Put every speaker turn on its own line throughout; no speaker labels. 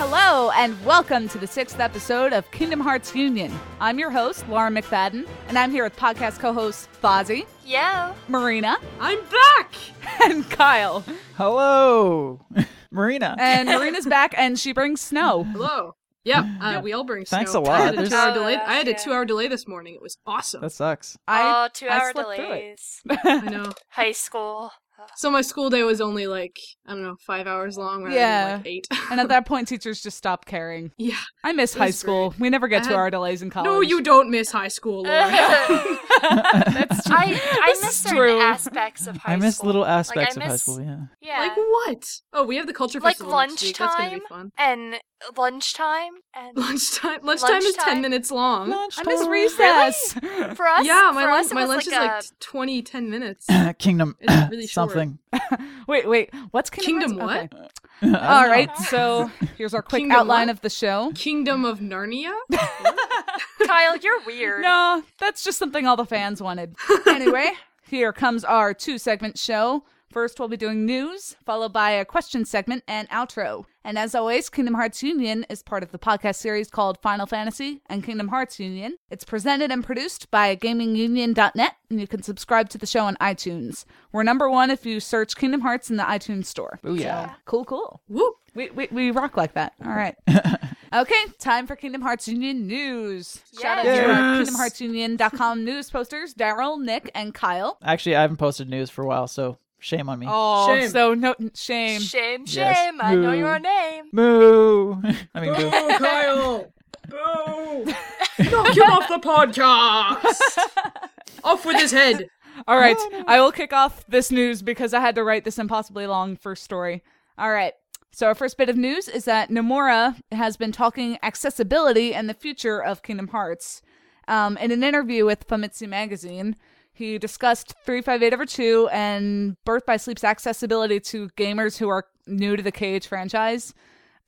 Hello, and welcome to the sixth episode of Kingdom Hearts Union. I'm your host, Laura McFadden, and I'm here with podcast co hosts Fozzie,
Yo.
Marina,
I'm back!
and Kyle.
Hello, Marina.
Uh,
And Marina's back, and she brings snow.
Hello. Yeah, uh, we all bring
Thanks
snow.
a lot.
I had a
There's-
two-hour
Oh,
delay.
gosh,
I had a
yeah.
two-hour delay this morning. It was awesome.
that sucks.
I,
oh, two
I
hour
slept through it.
delays.
I know.
High school.
So my school day was only like I don't know five hours long, rather
Yeah.
than like eight.
and at that point, teachers just stopped caring.
yeah.
I miss
It
high
was
school. We never get
I
to
had-
our delays in college.
No, you don't miss high school, Laura.
I
That's true.
I
This
miss
is
certain
true.
aspects of high
I miss
school.
little
Like, I
aspects of high
miss-
school. Yeah.
Yeah.
like what? Oh, we have the culture
Like
festival next week. That's gonna be
lunchtime?
fun.
and lunchtime and
Lunchtime. Lunchtime, is
Lunchtime?
ten minutes long.
I miss recess.
for us
yeah, my
for
lunch.
us, it
My
was
lunch
like
is
a,
like 20, 10 minutes.
Kingdom
It's really short.
something.
Wait, wait. What's Kingdom,
Kingdom
Hearts?
what?
Okay.
I don't
All
know.
right. So here's our quick
Kingdom
outline
what?
of the show.
Kingdom of Narnia.
Kyle, you're weird.
No, that's just something all the fans wanted. anyway, here comes our two segment show. First, we'll be doing news, followed by a question segment and outro. And as always, Kingdom Hearts Union is part of the podcast series called Final Fantasy and Kingdom Hearts Union. It's presented and produced by GamingUnion.net, and you can subscribe to the show on iTunes. We're number one if you search Kingdom Hearts in the iTunes store.
Oh yeah.
Cool, cool.
Whoop.
We, we, we rock like that. All right. okay, time for Kingdom Hearts Union news. Shout out to our
Yes.
kingdomheartsunion.com news posters, Daryl, Nick, and Kyle.
Actually, I haven't posted news for a while, so shame on me.
Oh,
Shame.
so no shame.
Shame, shame.
Yes.
I know
Boo.
your name.
Moo. I mean, boo.
Oh,
Boo, Kyle! Boo! Knock him off the podcast! off with his head!
All right, I will kick off this news because I had to write this impossibly long first story. All right. So our first bit of news is that Nomura has been talking accessibility and the future of Kingdom Hearts. Um, in an interview with Famitsu magazine, he discussed 358 over 2 and Birth by Sleep's accessibility to gamers who are new to the KH franchise.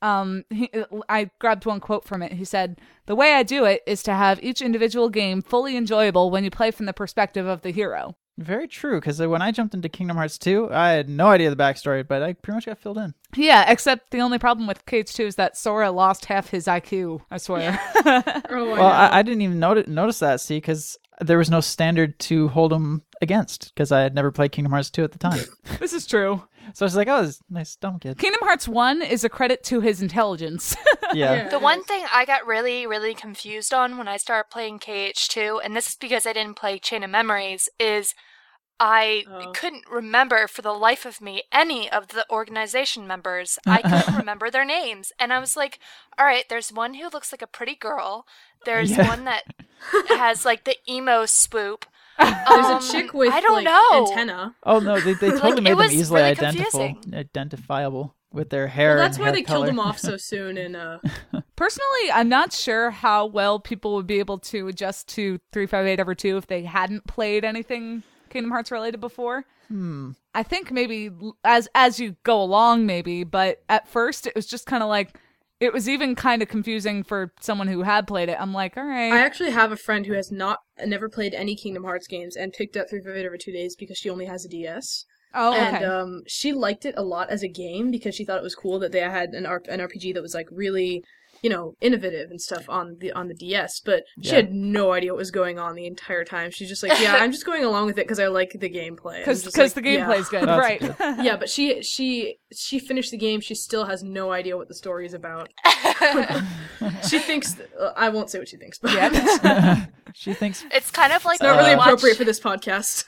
Um, he, I grabbed one quote from it. He said, "The way I do it is to have each individual game fully enjoyable when you play from the perspective of the hero."
Very true. Because when I jumped into Kingdom Hearts 2, I had no idea the backstory, but I pretty much got filled in.
Yeah, except the only problem with Cage 2 is that Sora lost half his IQ, I swear.
Oh,
Well, I, I didn't even noti- notice that. See, because there was no standard to hold them against, because I had never played Kingdom Hearts 2 at the time.
this is true.
so I was like, oh, this nice dumb kid.
Kingdom Hearts 1 is a credit to his intelligence.
Yeah.
The one thing I got really, really confused on when I started playing KH2, and this is because I didn't play Chain of Memories, is I
Oh.
couldn't remember for the life of me any of the organization members. I couldn't remember their names. And I was like, all right, there's one who looks like a pretty girl, there's
Yeah.
one that has like the emo swoop.
There's
Um,
a chick with
I don't
like,
know.
antenna.
Oh no, they, they totally
it
made them
was
easily
really
identifiable,
confusing.
identifiable with their hair.
Well, that's
and
why
hair
they
color.
killed him off so soon in uh,
Personally, I'm not sure how well people would be able to adjust to 358 over 2 if they hadn't played anything Kingdom Hearts related before. Hmm. I think maybe l- as as you go along maybe, but at first it was just kind of like it was even kind of confusing for someone who had played it. I'm like, "All right."
I actually have a friend who has not never played any Kingdom Hearts games and picked up 358 over two days because she only has a DS.
oh, okay.
And um, she liked it a lot as a game because she thought it was cool that they had an, R- an RPG that was like really, you know, innovative and stuff on the on the DS. But she
Yeah.
had no idea what was going on the entire time. She's just like, yeah, I'm just going along with it because I like the gameplay. I'm
Cuz
just
cuz the
like, yeah.
gameplay's good,
That's
right?
good.
yeah, but she she she finished the game. She still has no idea what the story is about. she thinks uh, I won't say what she thinks, but it's
She thinks
It's kind of like
not
when
really
you Uh, watch-
appropriate for this podcast.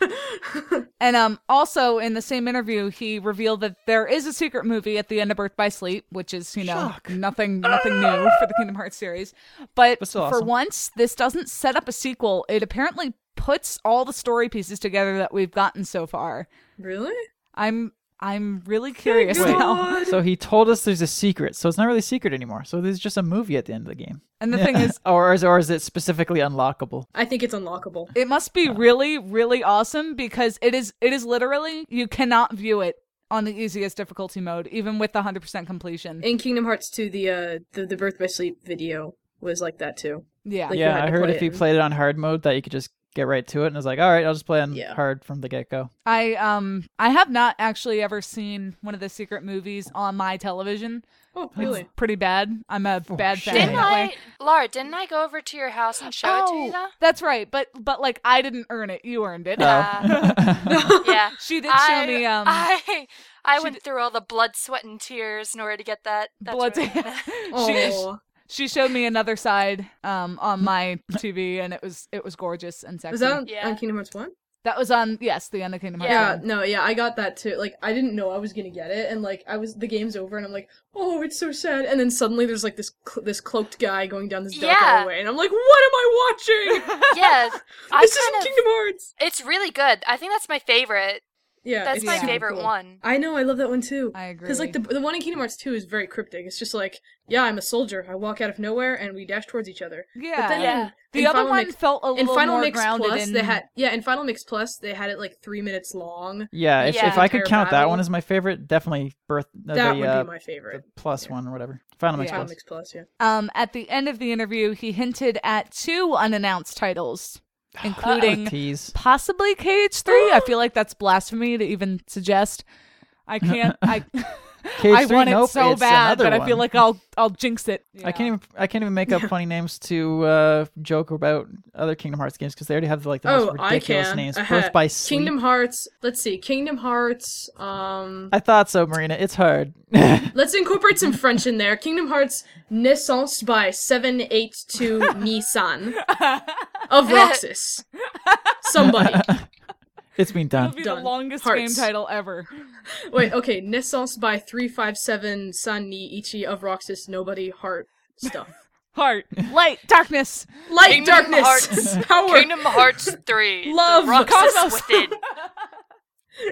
And um, also in the same interview, he revealed that there is a secret movie at the end of Birth by Sleep, which is you know
Shock.
nothing nothing new for the Kingdom Hearts series. But
But still
for
awesome.
once, this doesn't set up a sequel. It apparently puts all the story pieces together that we've gotten so far.
really? I'm.
I'm really curious
Wait.
now.
so. He told us there's a secret, so it's not really a secret anymore. So there's just a movie at the end of the game,
And the thing is,
or is or is it specifically unlockable?
I think it's unlockable.
it must be really really awesome because it is it is literally you cannot view it on the easiest difficulty mode, even with 100% completion.
In Kingdom Hearts 2, the uh the, the Birth by Sleep video was like that too.
yeah.
Like, you
yeah,
had
I
to
heard
play
if
it
you
in-
played it on hard mode, that you could just get right to it and was like, all right, I'll just play on
Yeah.
hard from the get go.
I um I have not actually ever seen one of the secret movies on my television.
Oh,
It's
really?
pretty bad. I'm a
Oh,
bad fan
shit.
Didn't
that
I,
way.
Laura? Didn't I go over to your house and show it to
Oh.
you? Though?
that's right. But but like I didn't earn it. You earned it. Uh,
yeah.
She did show
I,
me um
I, I went through all the blood, sweat, and tears in order to get that. That's
blood.
right.
she
Oh,
she showed me another side um on my TV and it was it was gorgeous and sexy.
Hmm. was that on,
Yeah.
on Kingdom Hearts One?
That was on yes the end of Kingdom Hearts.
Yeah,
one.
no, yeah, I got that too. Like, I didn't know I was gonna get it, and like, I was the game's over, and I'm like, oh, it's so sad. And then suddenly there's like this cl- this cloaked guy going down this dark
Yeah.
hallway, and I'm like, what am I watching?
yeah, I kind
this isn't
of.
Kingdom Hearts.
it's really good. I think that's my favorite.
Yeah,
That's
it's
my
super
favorite
cool.
one.
I know, I love that one too.
I agree.
Because like the the one in Kingdom Hearts Two is very cryptic. It's just like, yeah, I'm a soldier. I walk out of nowhere, and we dash towards each other.
yeah,
But then
Yeah.
in-
the
in
other
Final
one
Mix-
felt a
in
little
Final
more
Mix
grounded
Plus,
in
they had yeah, in Final Mix Plus, they had it like three minutes long.
yeah, if,
Yeah.
if I could
Entire
count that
battle.
one as my favorite, definitely Birth uh,
that
the,
would
uh,
be my
the
favorite.
plus
Yeah.
one or whatever. Final Mix
Yeah.
Final
Plus.
Mix Plus, yeah.
um at the end of the interview he hinted at two unannounced titles
Ah,
including
Tease.
possibly Cage 3. I feel like that's blasphemy to even suggest. I can't I
Cage
I
three,
want
nope,
it so
it's
bad,
another
but I
one.
feel like I'll I'll jinx it.
I can't even I can't even make up funny names to uh, joke about other Kingdom Hearts games because they already have like the most
Oh, I
ridiculous
can.
names.
I
Birth
had-
by Sleep.
Kingdom Hearts. Let's see, Kingdom Hearts. Um,
I thought so, Marina. It's hard.
let's incorporate some French in there. Kingdom Hearts Naissance by Seven Eight Two Nissan of Roxas. Somebody.
it's been
It'll
done.
be the
Done.
longest
Hearts.
game title ever.
Wait, okay. Naissance by Three Five Seven San Ni Ichi of Roxas. Nobody. Heart. Stuff.
Heart, light, darkness.
Light,
Kingdom
darkness,
Hearts.
power.
Kingdom Hearts Three.
Love,
the Roxas
Cosmos.
within.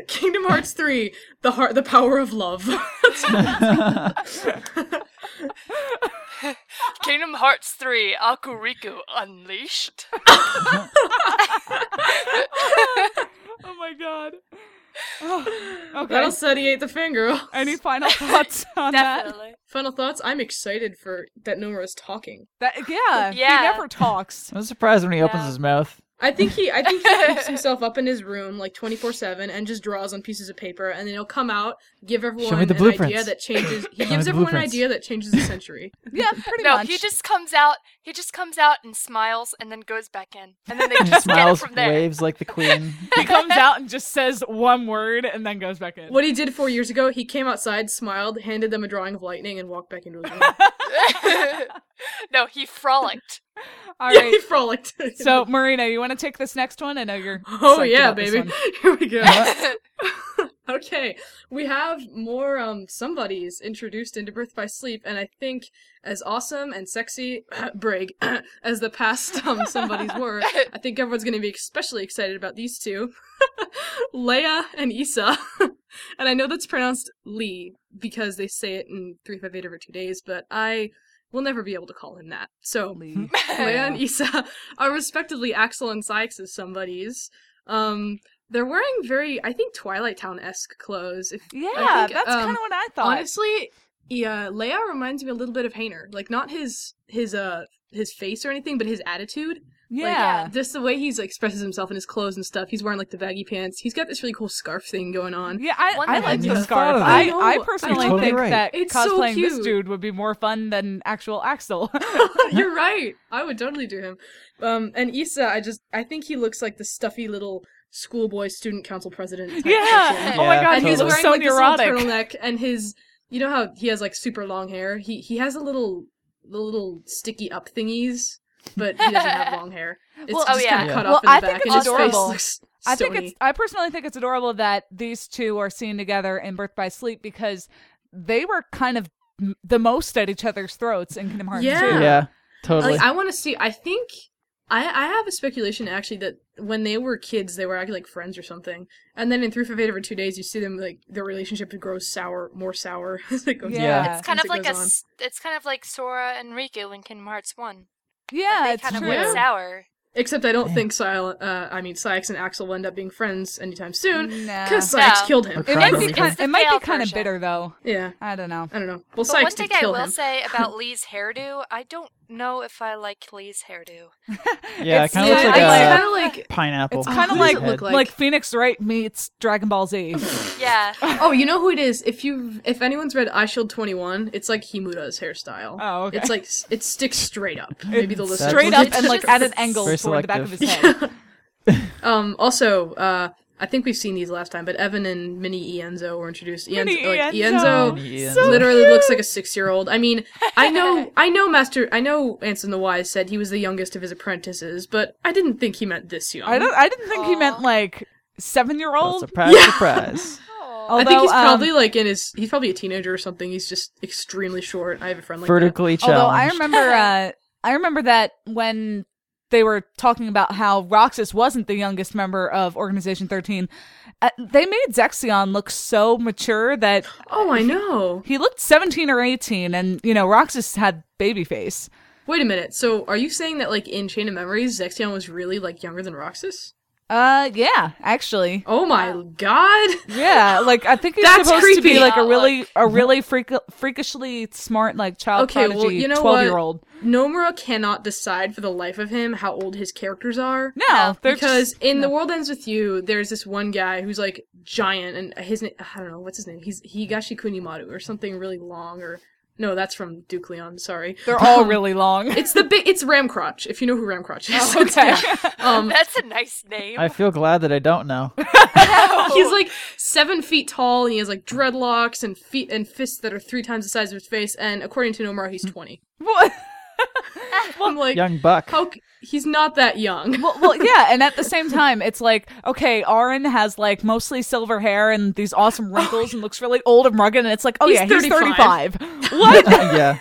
Kingdom Hearts three, the heart, the power of love.
Kingdom Hearts Three. Akuriku Unleashed.
Oh my god. Oh, okay.
That'll satiate the fangirl.
Any final thoughts on that?
Definitely.
Final thoughts. I'm excited for that. Nomura is talking.
that? Yeah.
Yeah.
He never talks.
I'm surprised when he opens
Yeah.
his mouth.
I think he. I think he keeps himself up in his room like 24 seven and just draws on pieces of paper, and then he'll come out, give everyone
me
an
the
idea
blueprints.
that changes. He
me
gives
the
everyone an
blueprints.
idea that changes the century.
Yeah, pretty
No,
much.
he just comes out. He just comes out and smiles, and then goes back in, and then they just get it
Smiles,
from there.
waves like the queen.
he comes out and just says one word and then goes back in.
What he did four years ago, he came outside, smiled, handed them a drawing of lightning, and walked back into his room.
no, he frolicked.
All
yeah, he
right.
frolicked.
So, Marina, you want to take this next one? I know you're.
Oh
psyched
yeah,
about this
baby.
one.
Here we go.
What?
okay, we have more um somebodies introduced into Birth by Sleep, and I think as awesome and sexy brig as the past um somebodies were, I think everyone's going to be especially excited about these two, Leia and Issa. and I know that's pronounced Lee because they say it in three five eight over two days, but I will never be able to call him that. So.
Lee.
Leia and Issa are respectively Axel and Sykes' somebodies. Um, they're wearing very, I think, Twilight Town esque clothes. If,
Yeah,
I think,
that's
um,
kind of what I thought.
honestly, yeah, Leia reminds me a little bit of Hainer. Like not his his uh his face or anything, but his attitude. Like,
yeah.
just the way he's like, expresses himself in his clothes and stuff. He's wearing like the baggy pants. He's got this really cool scarf thing going on.
yeah, I,
One
I
that
like
I
the
never thought
scarf.
of.
I,
I know,
I
you're
personally
totally
think
right.
that
It's so
cosplaying this
cute.
dude would be more fun than actual Axel.
You're right. I would totally do him. Um, and Issa, I just I think he looks like the stuffy little schoolboy student council president. Type person.
yeah. Oh my
Yeah,
god,
and
he
he's
totally.
looks
wearing
so
like
neurotic.
this little turtleneck and his you know how he has like super long hair he he has a little the little sticky up thingies but he doesn't have long hair it's
Well,
just
oh, yeah.
kind of cut
Well,
off in the
I think
back
it's
and his
adorable.
face looks
I
stony.
think it's. I personally think it's adorable that these two are seen together in Birth by Sleep because they were kind of m- the most at each other's throats in Kingdom Hearts.
Yeah.
two.
Yeah, totally.
like i want to see i think I, I have a speculation actually that when they were kids they were acting like friends or something, and then in three five eight over two days you see them like their relationship grows sour, more sour as it goes.
Yeah.
on,
It's
It's kind of
as it
like a.
goes on.
s- It's kind of like Sora and Riku in Kingdom Hearts One.
yeah,
they
it's
kind of
true.
went
Yeah.
sour.
Except I don't think Sil- uh, I mean Sykes and Axel will end up being friends anytime soon
Nah.
because Sykes
No.
killed him.
It
It might
Probably.
be kind.
It's the
It might
fail
be kind of
version.
bitter though.
Yeah,
I don't know.
Uh, I don't know. Well,
But one
Sykes
thing
did
I
kill
will
him.
say about Lee's hairdo, I don't know if I like Lee's hairdo.
Yeah, it
It's-
kind of
yeah,
looks like
I-
a
I-
kind of like
pineapple.
it's
on
kinda
his
like-
head.
look
Like, Phoenix Wright meets Dragon Ball Z.
Yeah.
Oh, you know who it is? If you if anyone's read Eye Shield 21, it's like Himura's hairstyle.
Oh, okay.
It's like s- it sticks straight up. Maybe the listeners
Straight
will
up
get
and
it.
like at an angle
Very
toward the back of his
selective.
head.
Um also, uh I think we've seen these last time, but Evan and Mini Ienzo were introduced. Ienzo,
Mini
like,
Ienzo.
Ienzo
Yeah.
So
literally looks like a six-year-old. I mean, I know, I know, Master, I know, Anson the Wise said he was the youngest of his apprentices, but I didn't think he meant this young.
I don't. I didn't think he meant
Aw.
like seven year
Well,
old.
surprise,
Yeah.
surprise.
Oh.
I'll-
I think he's
Although, um,
probably like in his. He's probably a teenager or something. He's just extremely short. I have a friend like
Vertically challenged.
Although I remember, uh, I remember that when they were talking about how Roxas wasn't the youngest member of Organization Thirteen, uh, they made Zexion look so mature that
that. Oh, I know.
he looked seventeen or eighteen, and you know Roxas had baby face.
Wait a minute. So, are you saying that like in Chain of Memories, Zexion was really like younger than Roxas?
Uh, yeah, actually,
Oh my god.
yeah. Like I think he's
That's
supposed to be
creepy.
like a
Outlook.
really, a really freak- freakishly smart, like child
Okay, well,
prodigy,
you know
twelve
what?
year old.
Nomura cannot decide for the life of him how old his characters are.
No,
No,
they're
because
just-
in
no.
The World Ends with You, there's this one guy who's like giant, and his name I don't know what's his name. He's Higashi Kunimaru or something really long, or no, that's from Duke Leon. Sorry,
they're all really long.
it's the big. It's Ramcrotch. If you know who Ramcrotch is,
Oh, okay.
um,
That's a nice name.
I feel glad that I don't know.
he's like seven feet tall, and he has like dreadlocks and feet and fists that are three times the size of his face. And according to Nomura, he's twenty.
What?
I'm like,
Hmm. Young buck.
how? c- He's not that young.
well, well, yeah, and at the same time, it's like okay, Aaron has like mostly silver hair and these awesome wrinkles and looks really old and rugged, and it's like, oh
He's
yeah, he's
35.
thirty-five. What?
yeah.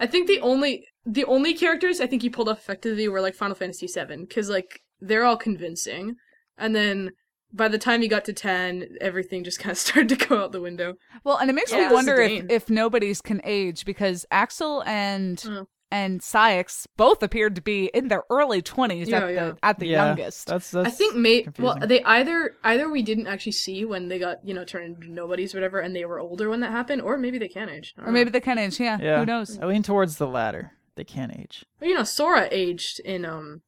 I think the only the only characters I think he pulled off effectively were like Final Fantasy VII because like they're all convincing, and then by the time he got to ten, everything just kind of started to go out the window.
well, and it makes
Yeah.
me wonder if,
Disdain.
if nobody's can age because Axel and
Mm.
and Syx both appeared to be in their early twenties
Yeah,
at,
yeah.
the at the
yeah.
youngest.
That's, that's
I think may well
confusing.
they either either we didn't actually see when they got you know turned into nobodies or whatever, and they were older when that happened, or maybe they can age, I don't
Or maybe they can age. Yeah.
Yeah.
Who knows?
I lean towards the latter. They can't age.
know. Well, you know Sora aged in um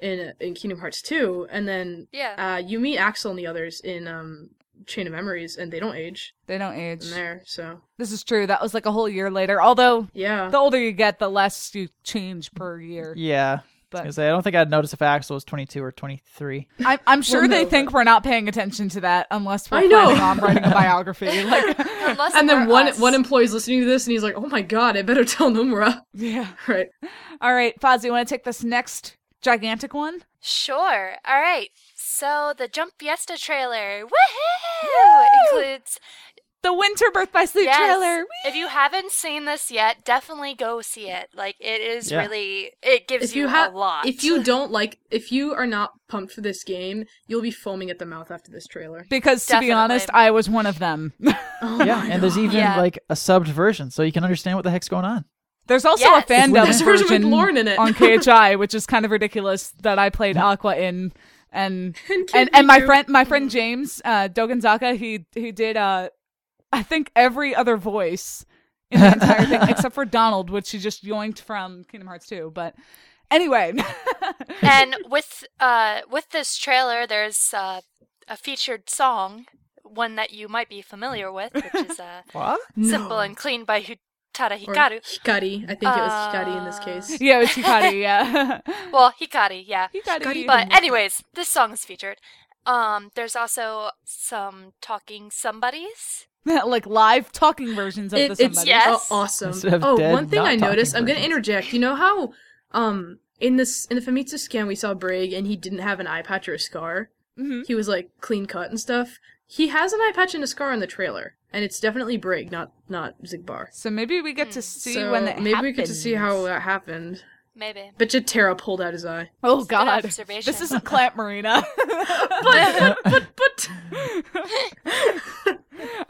in in Kingdom Hearts two, and then
yeah.
uh you meet Axel and the others in um Chain of Memories, and they don't age
They don't age.
in there, so
This is true. That was like a whole year later. Although
yeah.
the older you get, the less you change per year.
Yeah. I, was
But
gonna say, I don't think I'd notice if Axel was 22 or 23.
I'm, I'm sure
Well,
they
no,
think
but-
we're not paying attention to that unless we're
I know.
planning on writing a biography. Like,
Unless
And then
we're
one
us.
one employee's listening to this, and he's like, "Oh my god, I better tell Nomura."
yeah.
Right?
All right, Fozzie, you want to take this next gigantic one?
Sure. All right. So the Jump Fiesta trailer, woohoo,
Woo!
includes
The Winter Birth by Sleep
yes.
trailer.
If you haven't seen this yet, definitely go see it. Like it is
Yeah.
really, it gives
If you
you,
ha-
a lot.
If you don't like, if you are not pumped for this game, you'll be foaming at the mouth after this trailer.
Because to be
Definitely.
honest, I was one of them.
Oh
yeah, and there's even
Yeah.
like a subbed version, so you can understand what the heck's going on.
There's also
Yes.
a fandom
There's a version
version,
with Lauren in it.
on KHI, which is kind of ridiculous that I played Aqua in. And
and,
and, and my friend my friend James uh, Dogen Zaka he he did uh, I think every other voice in the entire thing except for Donald, which he just yoinked from Kingdom Hearts 2. But anyway,
and with uh with this trailer, there's uh, a featured song, one that you might be familiar with, which is uh,
What?
"Simple and Clean" by Tada
or
Hikaru.
Hikari. I think it was Hikari in this case.
yeah, it's Hikari. Yeah,
Well, Hikari, yeah.
Hikari.
But anyways, this song is featured. Um, there's also some talking somebodies.
like live talking versions of
It-
the
it's
somebody.
yeah.
uh,
Yes.
awesome.
Instead of
oh,
dead,
one thing
not
I
talking
noticed. I'm gonna
versions.
interject. You know how um in this in the Famitsu scan we saw Brig and he didn't have an eye patch or a scar.
Mhm.
He was like clean cut and stuff. He has an eye patch and a scar in the trailer, and it's definitely Brig, not not Zigbar.
So maybe we
Hmm.
get to see
so
when that
maybe we get to see how
happens.
that happened.
Maybe.
But Jatera pulled out his eye.
Oh
Good
God,
observation.
this isn't Clamp Marina.
but but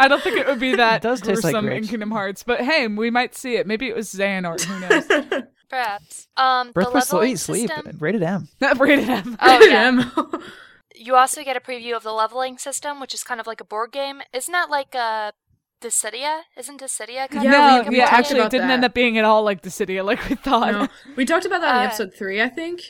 I don't think it would be that
It does taste
gruesome
like
in
grapes.
Kingdom Hearts, but hey, we might see it. Maybe it was Xehanort. Who knows?
Perhaps. Um,
Birth
the
by
leveling
Sleep, sleep,
system.
rated M.
Not rated M.
Oh yeah.
Damn.
You also get a preview of the leveling system, which is kind of like a board game. Isn't that like a Dissidia? Isn't Dissidia
Yeah,
kind
we-
of
no,
we
like a
yeah,
talked
plague?
actually,
about
it didn't
that.
end up being at all like the city like we thought.
No, we talked about that in
Uh,
episode three, I think.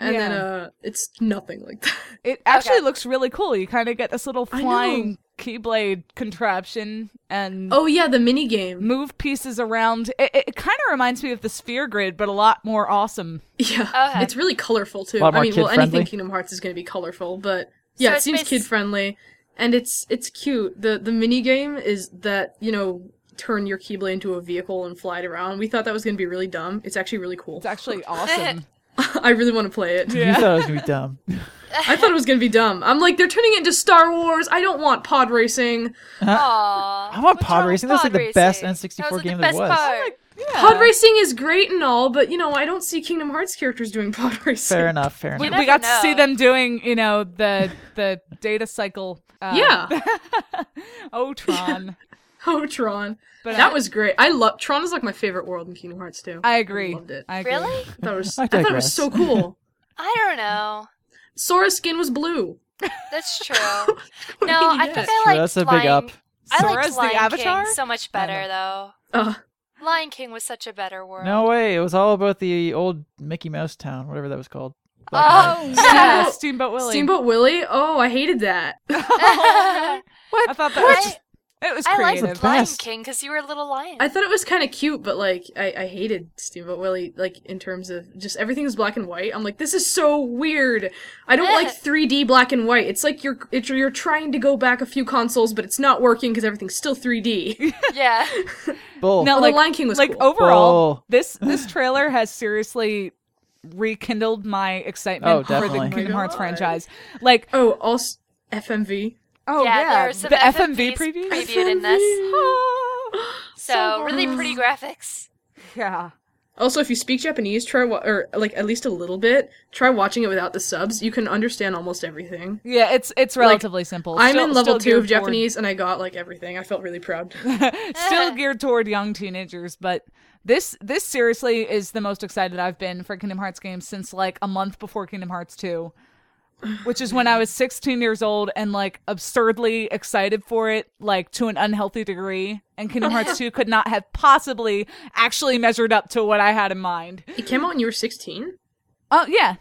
And then
Yeah.
uh, it's nothing like that.
It actually
Okay.
looks really cool. You kind of get this little
I know.
flying keyblade contraption and
Oh yeah, the mini game.
move pieces around. It, it, kind of reminds me of the sphere grid, but a lot more awesome.
Yeah,
Okay.
it's really colorful too.
A lot
I
more
mean, well, anything
kid-friendly.
Kingdom Hearts is going to be colorful, but yeah, it
it's
seems
bas-
kid friendly, and it's it's cute. the The mini game is that you know turn your Keyblade into a vehicle and fly it around. We thought that was going to be really dumb. It's actually really cool.
It's actually awesome.
I really want to play it.
You
yeah.
thought it was gonna be dumb.
I thought it was going to be dumb. I'm like, they're turning it into Star Wars. I don't want pod racing.
Aw,
I want
what's
pod
wrong with
racing. That was,
pod
like, the best
racing?
N64
That was, like,
game
the
there
best
was.
part.
Yeah.
Pod racing is great and all, but you know, I don't see Kingdom Hearts characters doing pod racing.
Fair enough. Fair
We-
enough.
we
never
got to see
know.
them doing, you know, the the data cycle. Uh,
Yeah.
Otron.
Oh, Tron.
But
that
I-
was great. I love Tron is like my favorite world in Kingdom Hearts too.
I agree.
Loved it.
I agree.
Really?
I thought it was,
I
I thought it
digress.
was so cool.
I don't know.
Sora's skin was blue.
That's true.
What do
no,
you
I think
get?
That's
I
true,
like
that's a big up.
I liked
Sora's the
Lion
Avatar?
King so much
I don't
better though.
Uh,
Lion King was such a better world.
No way. It was all about the old Mickey Mouse town, whatever that was called. Black
Oh,
Yeah,
yes.
Steamboat Willie.
Steamboat Willie. Oh, I hated that.
I
I thought that was
I-
just, it was
liked
creative.
the
Lion
best.
King because you were a little lion.
I thought it was kind of cute, but like I, I hated Steamboat Willie. Like in terms of just everything was black and white. I'm like, this is so weird. I don't like 3D black and white. It's like you're it's, you're trying to go back a few consoles, but it's not working because everything's still 3D.
yeah.
Bull.
No,
Although
like-
Oh, Lion King was
like
cool.
overall,
Oh.
this this trailer has seriously rekindled my
Oh,
excitement for the
definitely.
Kingdom
Oh my
Hearts
God.
franchise. Like,
oh, also FMV.
oh
yeah,
yeah,
there were some
the
FMVs
FMV previews.
previewed in this.
Oh,
So really pretty graphics.
yeah,
Also, if you speak Japanese, try wa- or like at least a little bit. Try watching it without the subs. You can understand almost everything.
yeah. It's it's relatively simple.
I'm
Still-
in level
still
two of
geared toward-
Japanese, and I got like everything. I felt really proud.
still geared toward young teenagers, but this this seriously is the most excited I've been for Kingdom Hearts games since like a month before Kingdom Hearts 2, which is when I was 16 years old and like absurdly excited for it like to an unhealthy degree and Kingdom Hearts 2 could not have possibly actually measured up to what I had in mind.
it came out when you were 16.
Oh yeah.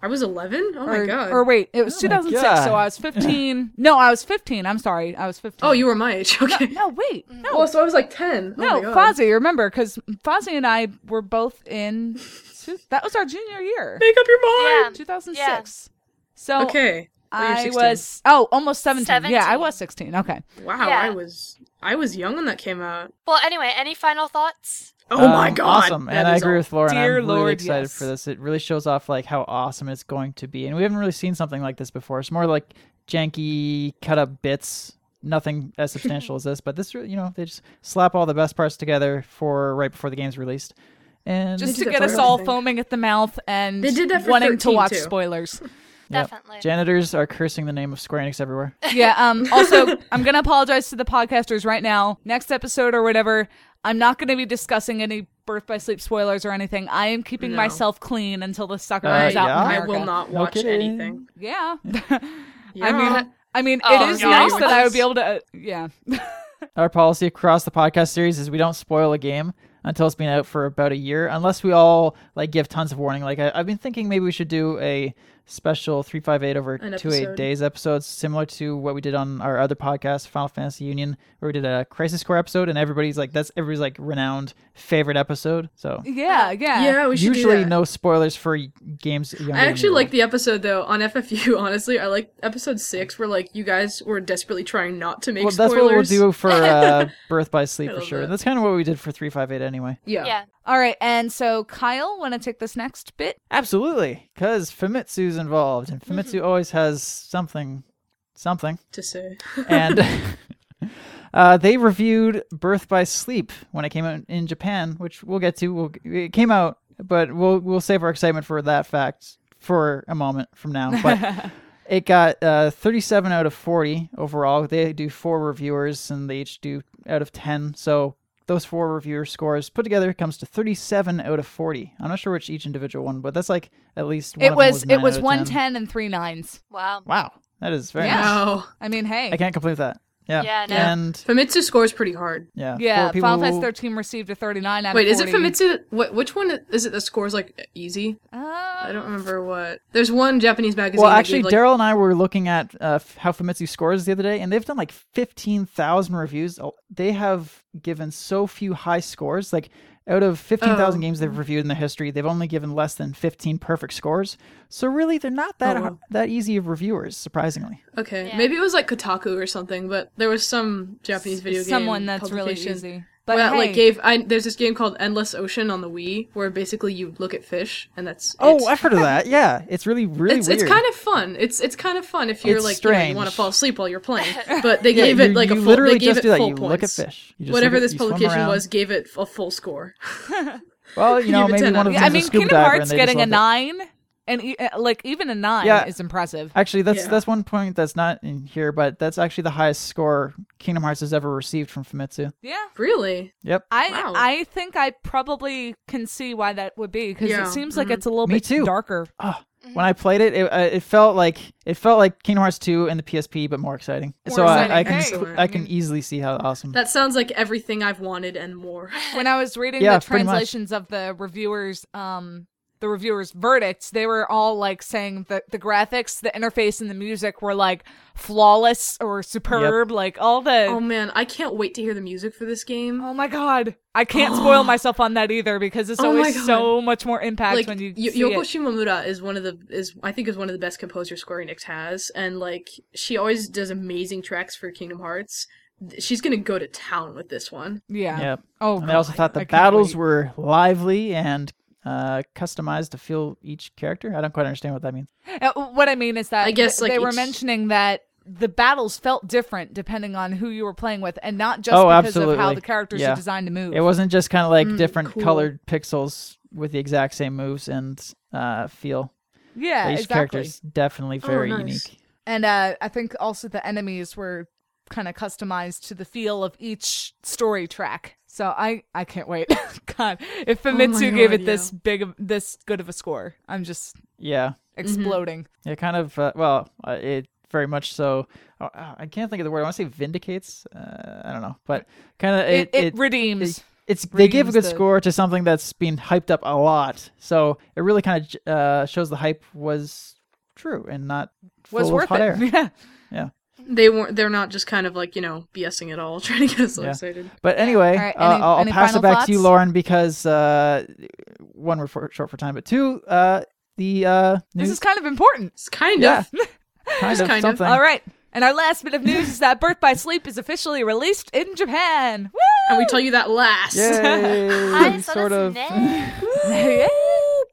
I was 11. Oh
or,
my god.
or wait, it was
Oh my
2006,
God.
so I was 15. no, I was 15. I'm sorry. I was 15.
oh, you were my age. Okay.
No, wait. No.
Oh, so I was like 10. oh
No,
my god.
Fozzie, remember, because Fozzie and I were both in. two- that was our junior year,
Make up your mind.
Yeah.
2006 So
Okay. Well, you're
I
16.
was oh almost 17. Yeah, I
17.
was 16. Okay,
Wow,
Yeah.
I was. I was young when that came out.
Well, anyway, any final thoughts?
Oh my
Um,
god.
Awesome.
That
and I
is
agree
aw-
with Lauren.
Dear
I'm
Lord,
really excited
yes.
for this. It really shows off like how awesome it's going to be. And we haven't really seen something like this before. It's more like janky cut up bits. Nothing as substantial as this, but this, re- you know, they just slap all the best parts together for right before the game's released, and
just to
did that
get us
for
all
everything.
foaming at the mouth and
They did that for
wanting to
13
watch
too.
spoilers.
Yep.
Definitely.
janitors are cursing the name of Square Enix everywhere.
yeah. Um. Also, I'm gonna apologize to the podcasters right now. Next episode or whatever, I'm not gonna be discussing any Birth by Sleep spoilers or anything. I am keeping
No.
myself clean until this sucker
Uh,
comes out.
yeah?
in
I
America.
will not
No
watch
kidding.
anything.
Yeah.
Yeah.
I mean, I mean,
Oh,
it is
yeah.
nice that I would be able to. Uh, yeah,
Our policy across the podcast series is we don't spoil a game until it's been out for about a year, unless we all like give tons of warning. Like I, I've been thinking, maybe we should do a special three five eight over
An
two eight
episode.
days episodes, similar to what we did on our other podcast, Final Fantasy Union, where we did a Crisis Core episode, and everybody's like, that's everybody's like renowned favorite episode. So
yeah, yeah.
Yeah, we should do
usually
that.
no spoilers for y- games. Younger
I
than
actually
you.
like the episode though on FFU. Honestly, I like episode six where like you guys were desperately trying not to make
Well, that's
spoilers.
what we'll do for uh, Birth by Sleep for
love
sure.
that.
That's kind of what we did for three five eight anyway.
Yeah.
Yeah.
All right, and so Kyle, want to take this next bit?
Absolutely, because Famitsu's involved, and Famitsu always has something, something.
To say.
And uh, they reviewed Birth by Sleep when it came out in Japan, which we'll get to. We'll, it came out, but we'll we'll save our excitement for that fact for a moment from now. But it got uh, 37 out of 40 overall. They do four reviewers, and they each do out of 10. So. Those four reviewer scores put together comes to 37 out of 40. I'm not sure which each individual one, but that's like at least one
it
of them
was,
was
it
nine
was
out of
one ten and three nines.
Wow.
Wow, that is very
Yeah.
nice.
Wow.
I mean, hey,
I can't complain with that. Yeah.
Yeah, no.
And
Famitsu scores pretty hard.
yeah.
Yeah,
for uh, people
Final Fantasy
who-
13 received a 39 out
Wait,
of
is
40.
it Famitsu? What, which one is it that scores like easy?
Uh,
I don't remember what. There's one Japanese magazine.
Well,
that
actually,
gave, like,
Daryl and I were looking at uh, f- how Famitsu scores the other day, and they've done like fifteen thousand reviews. Oh, They have given so few high scores. Like out of fifteen thousand
Oh.
games they've reviewed in their history, they've only given less than fifteen perfect scores. So really, they're not that
Oh,
har-
wow.
that easy of reviewers. Surprisingly,
Okay,
Yeah.
maybe it was like Kotaku or something, but there was some Japanese video game
someone that's really
publication
cheesy. But
that,
hey,
like gave I there's this game called Endless Ocean on the Wii where basically you look at fish and that's
oh,
it.
I've heard of that. Yeah, it's really really
it's
weird.
it's kind of fun. It's it's kind of fun if you're
It's
like you, know, you
strange.
want to fall asleep while you're playing. But they
Yeah,
gave
you-
it like
you
a full
literally
they gave
just
it
do that.
full
you look at
points.
fish. You just
Whatever
look at-
this
you swim
publication
around.
was gave it a full score.
Well, you know,
Give it
maybe
10
one
I
out of
of them
Someone's
mean,
a scuba
Kingdom
diver.
Hearts
and they
getting a
just love it.
9 and e- uh, like even a 9
Yeah.
is impressive.
Actually, that's
Yeah.
that's one point that's not in here, but that's actually the highest score Kingdom Hearts has ever received from Famitsu.
Yeah.
really?
Yep.
I
Wow.
I think I probably can see why that would be because
Yeah, Mm-hmm.
it seems like it's a little
Me
bit
too.
darker.
Ah, When
Mm-hmm.
I played it, it, uh, it felt like it felt like Kingdom Hearts 2 and the PSP, but more exciting.
More
so I, I
exciting.
can
Excellent.
I can easily see how awesome.
That sounds like everything I've wanted and more.
When I was reading
Yeah,
the
pretty much.
translations of the reviewers, um, the reviewers' verdicts, they were all like saying that the graphics, the interface, and the music were like flawless or superb. Like all the
Oh
oh,
man, I can't wait to hear the music for this game.
Oh,
my god, I can't spoil myself on that either because it's
Oh my
always
God.
so much more impact
like
when you
Y-
see
Yoko
it.
Shimomura is one of the is I think is one of the best composers Square Enix has, and like she always does amazing tracks for Kingdom Hearts. Th- She's gonna go to town with this one.
Yeah.
Yep.
Oh,
And I also
God,
thought
I
the
can't
battles
wait.
were lively and uh, customized to feel each character. I don't quite understand what that means.
Uh, What I mean is that
I guess,
th-
like,
they were
each-
mentioning that the battles felt different depending on who you were playing with, and not just
Oh,
because of how
absolutely.
the characters
Yeah.
are designed to move.
It wasn't just kind of like
Mm,
different
cool.
colored pixels with the exact same moves and uh, feel.
yeah,
each
exactly. Oh,
character's definitely very
nice.
unique.
And uh, I think also the enemies were kind of customized to the feel of each story track. So I I can't wait. God, if Famitsu
God,
gave it
yeah.
this big of, this good of a score, I'm just
Yeah.
exploding.
It kind of uh, well, uh, it very much so. oh, uh, I can't think of the word. I want to say vindicates. Uh, I don't know, but kind of
It,
it.
it,
it-
redeems.
it- it's they give a
redeems
good
the-
score to something that's been hyped up a lot, so it really kind of uh, shows the hype was true and not full
was
of
worth
hot
it.
air.
Yeah.
They weren't. They're not just kind of like you know BSing at all, trying to get us so
Yeah.
excited.
But anyway,
All right,
uh,
any-
I'll, I'll
any
pass it
final
back to you,
thoughts?
Lauren, because uh, one we're for, short for time, but two, uh, the uh, news
This is kind of important.
It's kind
yeah,
of.
kind of
kind of.
something.
All right. And our last bit of news is that Birth by Sleep is officially released in Japan. Woo!
And we tell you that last.
Yay!
I saw
sort
this
of.
name.
Yeah.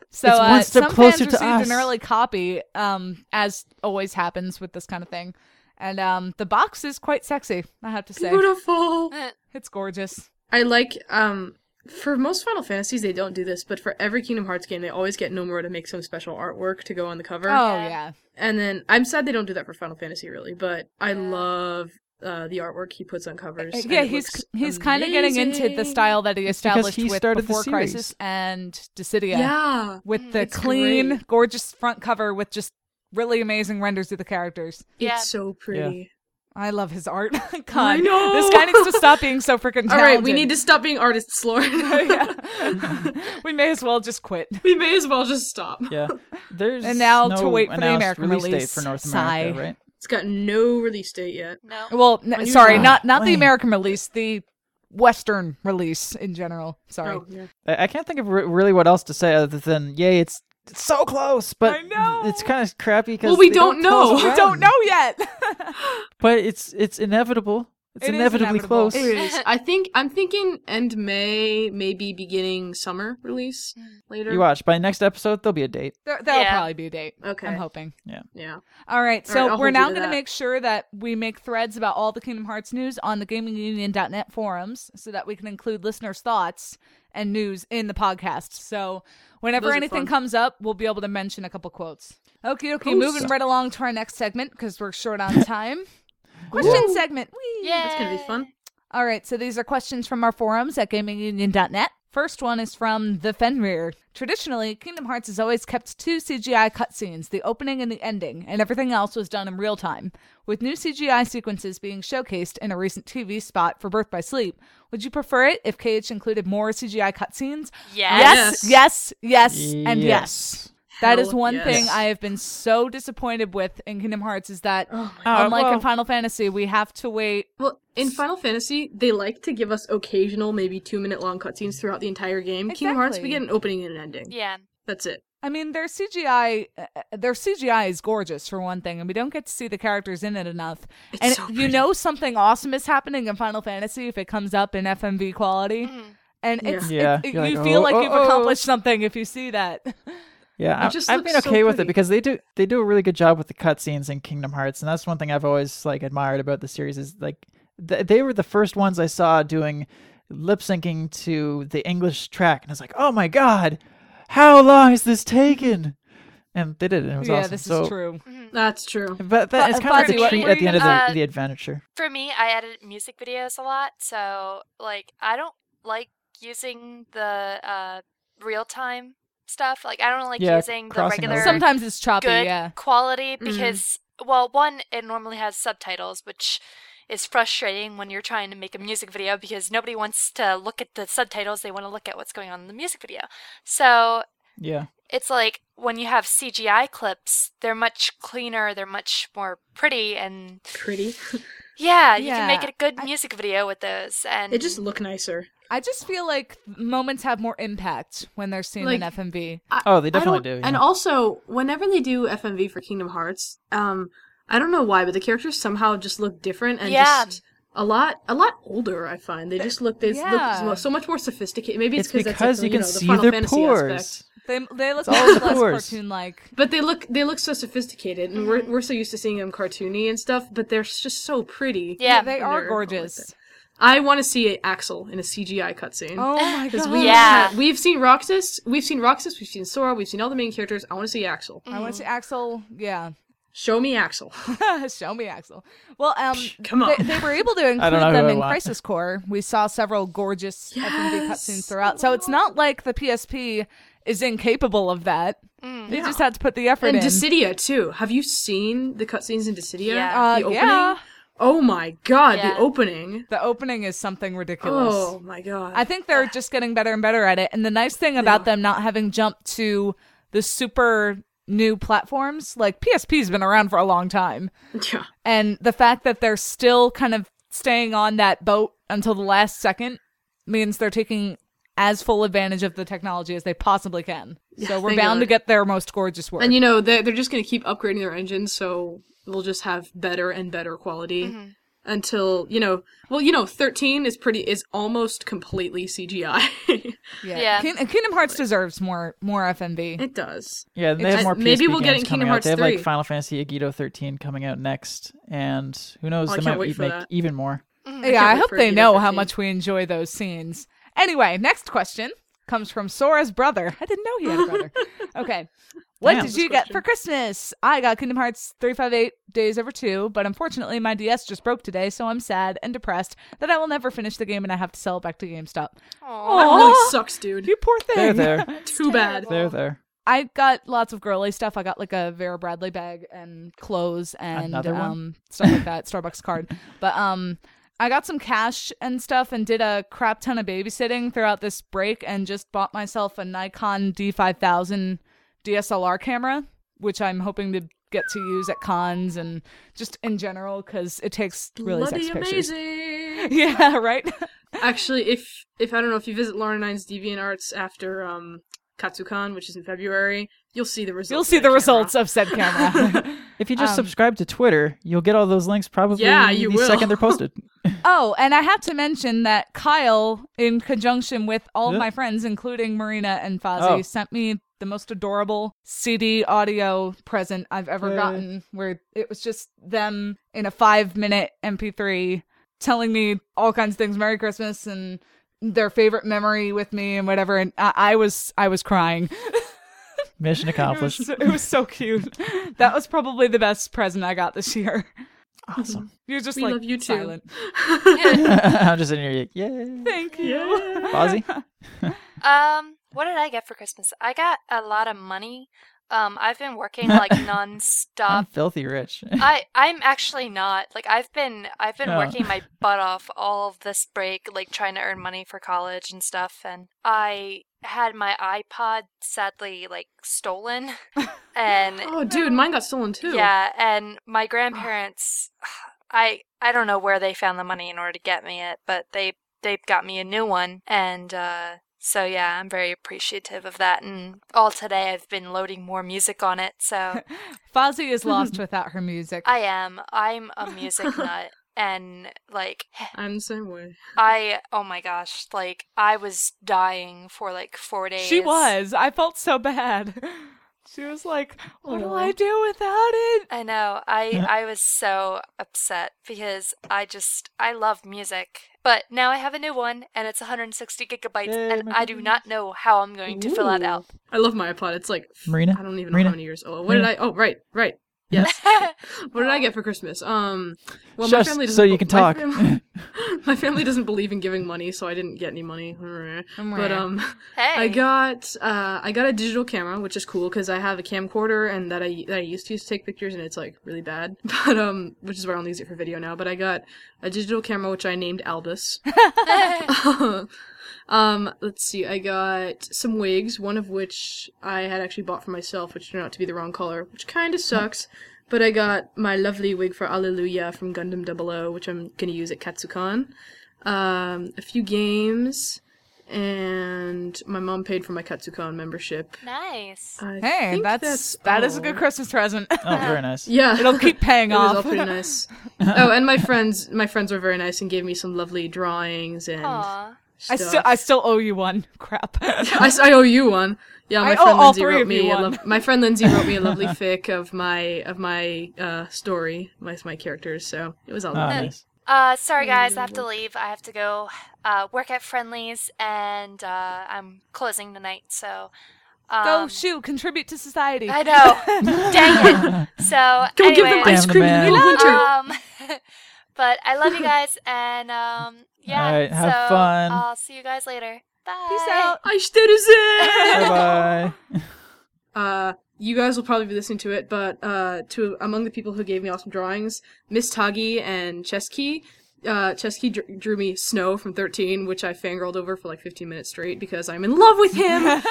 So
It's
uh,
one step
some fans
closer to
received
us.
an early copy, um, as always happens with this kind of thing. And um, the box is quite sexy, I have to say.
Beautiful.
It's gorgeous.
I like um for most Final Fantasies they don't do this, but for every Kingdom Hearts game they always get Nomura to make some special artwork to go on the cover.
Oh yeah.
And then I'm sad they don't do that for Final Fantasy really, but I love uh, the artwork he puts on covers. and
Yeah,
it
he's
looks
he's kind of getting into the
amazing.
style that he
because
established
he
with
started the
Before
series.
Crisis and Dissidia.
Yeah.
With the
It's
clean,
great.
gorgeous front cover with just really amazing renders of the characters.
Yeah.
It's so pretty.
I love his art. God,
I know.
this guy needs to stop being so freaking talented.
All right, we need to stop being artists, Lauren.
Yeah. we may as well just quit.
we may as well just stop.
Yeah, there's
And now to
no
wait for the
announced
American
release, date
release.
for North
Sigh.
America, right?
It's got no release date yet.
No.
Well, n- sorry,
Unusual.
not not the
Lame.
American release, the Western release in general. Sorry.
Oh, yeah.
I, I can't think of re- really what else to say other than yay, it's, it's so close, but
I know.
it's kind of crappy because
Well, we don't know.
We don't know yet.
but it's it's inevitable. It's
It is
inevitably
inevitable.
close.
It
is. I think I'm thinking end May, maybe beginning summer release later.
You watch by next episode, there'll be a date.
there, there'll
Yeah.
probably be a date.
Okay.
I'm hoping.
Yeah.
All right,
All
so
right,
we're
I'll hold you
now
to
going to
that.
make sure that we make threads about all the Kingdom Hearts news on the GamingUnion.net forums, so that we can include listeners' thoughts and news in the podcast. So whenever
Those are
anything
fun.
comes up, we'll be able to mention a couple quotes. Okay, okay,
Cool.
moving right along to our next segment because we're short on time. Question segment. Whee!
Yeah.
That's gonna be fun.
All right, so these are questions from our forums at GamingUnion.net. First one is from The Fenrir. Traditionally, Kingdom Hearts has always kept two CGI cutscenes, the opening and the ending, and everything else was done in real time, with new CGI sequences being showcased in a recent TV spot for Birth by Sleep. Would you prefer it if KH included more CGI cutscenes?
Yes.
yes, yes, and yes. That is
Hell
one
yes.
thing I have been so disappointed with in Kingdom Hearts is that
Oh my
Uh,
unlike
well-
in Final Fantasy, we have to wait.
Well, in Final Fantasy, they like to give us occasional, maybe two minute long cutscenes throughout the entire game. Kingdom Hearts, we
Exactly.
get an opening and an ending.
Yeah.
That's it.
I mean, their CGI, uh, their CGI is gorgeous for one thing, and we don't get to see the characters in it enough.
It's
and
so
you know something awesome is happening in Final Fantasy if it comes up in FMV quality, and
Mm-hmm. Yeah.
it's,
Yeah.
it- it-
You're
you
like,
feel
oh,
like
oh,
you've
oh.
accomplished something if you see that.
Yeah, I,
just
I've
looks
been
so
okay with it
pretty.
because they do they do a really good job with the cutscenes in Kingdom Hearts, and that's one thing I've always like admired about the series is like th- they were the first ones I saw doing lip syncing to the English track, and I was like, oh my god, how long is this taken? And they did it. and It was
yeah,
awesome.
this
so,
is true.
mm-hmm.
That's true.
But that
Fu-
is
uh,
kind of like
Fuzzy,
a
what
treat
were
at
you
the end of the,
gonna- uh,
the adventure.
For me, I edit music videos a lot, so like I don't like using the uh, real time stuff. Like I don't like
Yeah,
using the
crossing
regular
over. Mm-hmm.
Sometimes it's choppy.
good
Yeah,
quality
Mm.
because well, one it normally has subtitles, which is frustrating when you're trying to make a music video because nobody wants to look at the subtitles; they want to look at what's going on in the music video. So
Yeah,
it's like when you have CGI clips, they're much cleaner, they're much more pretty, and
Pretty.
yeah, you can make
Yeah,
a good
I-
music video with those. And
It just look nicer.
I just feel like moments have more impact when they're seen in
Like-
FMV.
Oh, they
I
definitely
don't-
do,
And
yeah.
also, whenever they do FMV for Kingdom Hearts, um, I don't know why, but the characters somehow just look different and
Yeah.
just a lot, a lot older. I find they just look they
Yeah.
look so much more sophisticated. Maybe it's,
it's
that's,
because
like, the,
you can
know, the
see
Final
their
Fantasy
pores.
aspect.
They they look
all
much
the
less
pores.
cartoon like.
But they look they look so sophisticated, and we're we're so used to seeing them cartoony and stuff. But they're just so pretty.
yeah,
they
And
are
they're all like
gorgeous.
that. I want to see a Axel in a CGI cutscene.
Oh my
Because
god!
we
Yeah.
have, we've seen Roxas, we've seen Roxas, we've seen Sora, we've seen all the main characters. I want to see Axel.
Mm.
I want to Axel. Yeah,
Show me Axel.
show me Axel. Well, um,
come
they,
on.
they were able to
I
include
don't know who
them
I
in
want.
Crisis Core. We saw several gorgeous FMV
Yes.
cutscenes throughout, so it's not like the PSP is incapable of that. They
Yeah.
just had to put the effort
and
in.
Dissidia too. Have you seen the cutscenes in Dissidia?
Yeah.
The
Uh,
opening.
yeah.
Oh my god,
Yeah.
the opening.
the opening is something ridiculous.
Oh my god.
I think they're just getting better and better at it. And the nice thing about them not having jumped to the super new platforms, like PSP's been around for a long time.
yeah.
And the fact that they're still kind of staying on that boat until the last second means they're taking as full advantage of the technology as they possibly can. so we're
thank
bound to
God.
get their most gorgeous work.
And you know they're, they're just going to keep upgrading their engines, so they'll just have better and better quality until you know. Well, you know, thirteen is pretty is almost completely CGI.
Yeah.
King- Kingdom Hearts deserves more more FMV.
it does.
yeah. They
It's-
have more.
maybe
PSP
we'll get it in
games
Kingdom
coming out.
Hearts
They have
3.
like Final Fantasy Agito 13 coming out next, and who knows?
Oh, I
they
can't
might
wait
e-
for
make
that.
even more.
Yeah, I
wait
hope
for
they
Agito
know how
15.
much we enjoy those scenes. Anyway, next question comes from Sora's brother. I didn't know he had a brother. okay. What
Damn.
did you get for Christmas? I got Kingdom Hearts 358 Days Over 2, but unfortunately my DS just broke today, so I'm sad and depressed that I will never finish the game and I have to sell it back to GameStop.
Aw.
That really sucks, dude.
You poor thing.
They're there.
Too bad.
They're there.
I got lots of girly stuff. I got like a Vera Bradley bag and clothes and
Another one?
um stuff like that, Starbucks card. But um I got some cash and stuff and did a crap ton of babysitting throughout this break and just bought myself a Nikon D5000 DSLR camera, which I'm hoping to get to use at cons and just in general cuz it takes really
Bloody
sexy pictures.
amazing.
Yeah, right?
Actually, if if I don't know if you visit Lauren Nine's DeviantArts after um, Katsukan, which is in February, you'll see the results.
You'll
of
see
that
the
camera.
results of said camera.
If you just subscribe to Twitter, you'll get all those links probably
Um, Yeah, you
the
will.
second they're posted.
Oh, and I have to mention that Kyle, in conjunction with all
Yeah.
my friends, including Marina and Fozzie,
Oh.
sent me the most adorable CD audio present I've ever
Yay.
gotten, where it was just them in a five minute MP3 telling me all kinds of things, Merry Christmas, and their favorite memory with me and whatever and I, I was i was crying
Mission
it was,
accomplished.
so- it was so cute that was probably the best present i got this year
awesome.
you're just
We
like
love you too.
silent
I'm just in here, like, yeah.
thank you
Yeah.
Fozzie?
Um, what did I get for Christmas? I got a lot of money. Um, I've been working like nonstop.
uh,
I'm filthy rich.
I I'm actually not like I've been I've been
Oh.
working my butt off all of this break like trying to earn money for college and stuff and I had my iPod sadly like stolen and
Oh, dude, mine got stolen too.
yeah and my grandparents I I don't know where they found the money in order to get me it but they they got me a new one and uh so yeah I'm very appreciative of that and all today I've been loading more music on it so
Fozzie is lost without her music.
I am. I'm a music nut. And like
I'm the same way.
I, oh my gosh, like I was dying for like four days.
she was. I felt so bad. She was like, "What do
Aw.
I do without it?"
I know. I I was so upset because I just I love music, but now I have a new one and it's 160 gigabytes,
Yay,
and
my
I do not know how I'm going to fill that
Ooh.
out.
I love my iPod. It's like
Marina?
I don't even
Marina?
know how many years old. What did I? Oh, right, right. Yes. what did I get for Christmas? Um, well, my
Shush,
family doesn't.
so you can
my
talk.
fam- my family doesn't believe in giving money, so I didn't get any money. But um,
Hey,
I got uh, I got a digital camera, which is cool because I have a camcorder and that I that I used to use to take pictures, and it's like really bad. But um, which is why I only use it for video now. But I got a digital camera which I named Albus. um, let's see, I got some wigs, one of which I had actually bought for myself, which turned out to be the wrong color, which kind of sucks. But I got my lovely wig for Alleluia from Gundam 00, which I'm gonna use at Katsukan. Um, a few games, and my mom paid for my Katsukan membership.
nice.
I
Hey,
think
that's, that is a
all.
good Christmas present.
Oh, very nice.
Yeah,
It'll keep paying
it
off.
was all pretty nice. oh, and my friends, my friends were very nice and gave me some lovely drawings and
Aw.
I
stuff.
still I still owe you one. Crap.
I, s- I owe you one. Yeah, my
I owe
friend
all
Lindsay
three
wrote
of you
me. A
one.
lo- my friend Lindsay wrote me a lovely fic of my of my uh, story, my my characters. So it was all
Ah,
lovely.
nice.
Uh, sorry guys, I have to leave. I have to go uh, work at Friendlies, and uh, I'm closing tonight. So, um,
Oh,
Go shoot, contribute to society.
I know, dang it. So,
Go give them
anyways,
Damn
ice
the
cream in the middle of
man.
winter.
Um, but I love you guys, and um, yeah.
All right, have
so
fun.
I'll see you guys later. Bye.
Peace out.
I still is it.
Bye bye.
Uh, you guys will probably be listening to it, but uh, to among the people who gave me awesome drawings, Miss Tagi and Chesky. Uh, Chesky dr- drew me Snow from 13, which I fangirled over for like 15 minutes straight because I'm in love with him.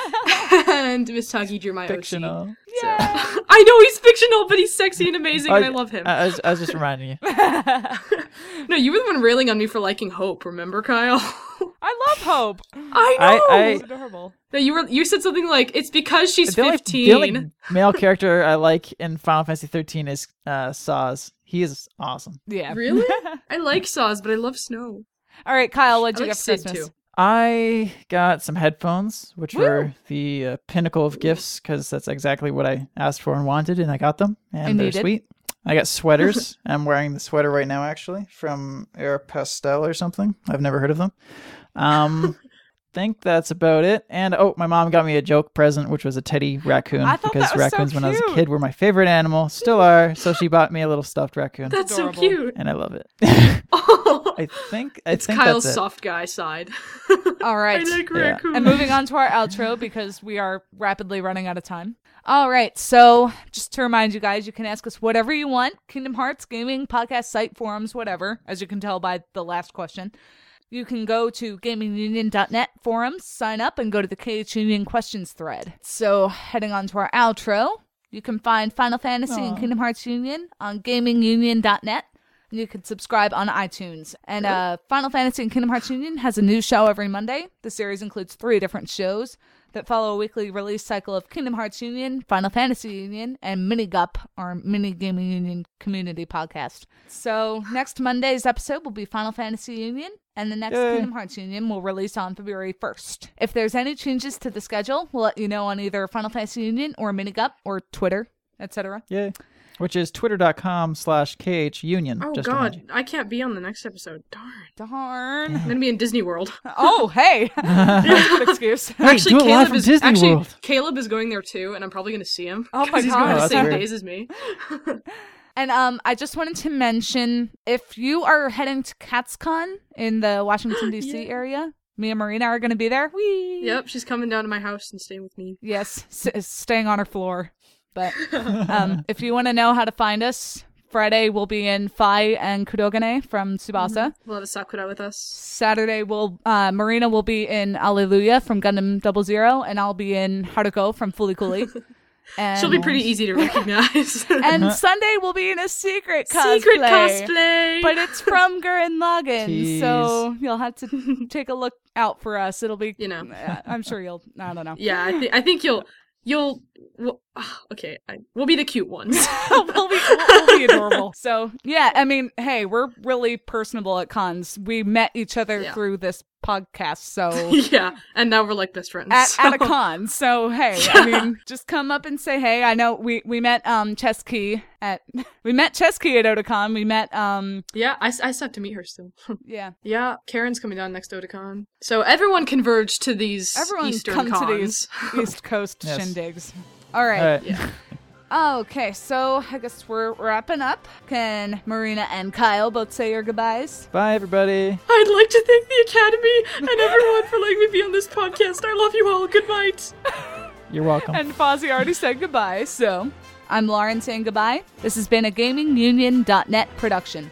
and Miss Tagi drew my OC.
Fictional.
So- I know he's fictional, but he's sexy and amazing, and I love him.
I, I was, I was just reminding you.
no, you were the one railing on me for liking Hope. Remember, Kyle?
I love Hope.
I know.
I- I-
It's adorable.
no, you were. You said something like, "It's because she's
The only,
15."
the only male character I like in Final Fantasy 13 is uh, Saz. He is awesome.
Yeah.
Really? I like Saws, but I love Snow.
All right, Kyle, what'd
I
you
like
get for
Sid
Christmas?
too.
I got some headphones, which were the uh, pinnacle of gifts because that's exactly what I asked for and wanted, and I got them, and,
And you
they're
did.
sweet. I got sweaters. I'm wearing the sweater right now, actually, from Air Pastel or something. I've never heard of them. Um, think that's about it. And oh, my mom got me a joke present, which was a teddy raccoon
I thought
because
that was so
raccoons, when I was a
cute.
kid, were my favorite animal, still are. So she bought me a little stuffed raccoon,
That's
Adorable.
so cute.
and I love it.
Oh,
I think I
it's
think
Kyle's
that's it.
soft guy side.
All
I
right.
like
Yeah.
raccoons.
And moving on to our outro because we are rapidly running out of time. All right. So, just to remind you guys, you can ask us whatever you want Kingdom Hearts, gaming, podcast, site, forums, whatever, as you can tell by the last question. You can go to gamingunion.net forums, sign up, and go to the KH Union questions thread. So, heading on to our outro, you can find Final Fantasy and
Aw.
Kingdom Hearts Union on gamingunion.net. You can subscribe on iTunes. And uh, Final Fantasy and Kingdom Hearts Union has a new show every Monday. The series includes three different shows that follow a weekly release cycle of Kingdom Hearts Union, Final Fantasy Union, and Mini Gup, our mini gaming union community podcast. So next Monday's episode will be Final Fantasy Union, and the next
Yay.
Kingdom Hearts Union will release on February 1st. If there's any changes to the schedule, we'll let you know on either Final Fantasy Union or Mini Gup or Twitter, etc.
Yay. Which is twitter.com slash KH Union.
Oh
just to remind
God,
you.
I can't be on the next episode. Darn,
Darn.
I'm gonna be in Disney World.
Oh, hey. That's a good excuse.
do it live from
is
Disney
actually
World.
Caleb is going there too, and I'm probably gonna see him.
Oh my
'cause he's going
God. Oh,
to the
that's
same
weird.
days as me.
And um, I just wanted to mention if you are heading to CatsCon in the Washington D.C. area, Me and Marina are going to be there. Wee.
Yep, she's coming down to my house and staying with me.
Yes, s- staying on her floor. But um, if you want to know how to find us, Friday we'll be in Fai and Kudogane from Tsubasa.
We'll have a Sakura with us.
Saturday will uh, Marina will be in Alleluia from Gundam Double Zero, and I'll be in Haruko from Fully Cooley. And,
She'll be pretty easy to recognize.
And Sunday we'll be in a secret cosplay.
Secret cosplay.
But it's from Gurren Lagann,
Jeez.
so you'll have to take a look out for us. It'll be,
You know.
uh, I'm sure you'll. I don't know.
yeah, I, thi- I think you'll you'll well, ah, okay. I, we'll be the cute ones.
we'll be we'll, we'll be adorable. So yeah, I mean, hey, we're really personable at cons. We met each other
Yeah.
through this podcast, so
yeah, and now we're like best friends.
Oh. at, at a
so-
con. So hey, I mean, just come up and say hey. I know we we met um Chess Key at we met Chess Key at Otakon. We met um
Yeah, I, s- I still have to meet her still.
yeah
yeah, Karen's coming down next Otakon. So everyone converge to these
everyone
Eastern
come
cons.
to these East Coast
Yes.
shindigs. All right.
All right.
Yeah.
Okay, so I guess we're wrapping up. Can Marina and Kyle both say your goodbyes?
Bye, everybody.
I'd like to thank the Academy and everyone for letting me be on this podcast. I love you all. Good night.
You're welcome.
And Fozzie already said goodbye, so I'm Lauren saying goodbye. This has been a GamingUnion.net production.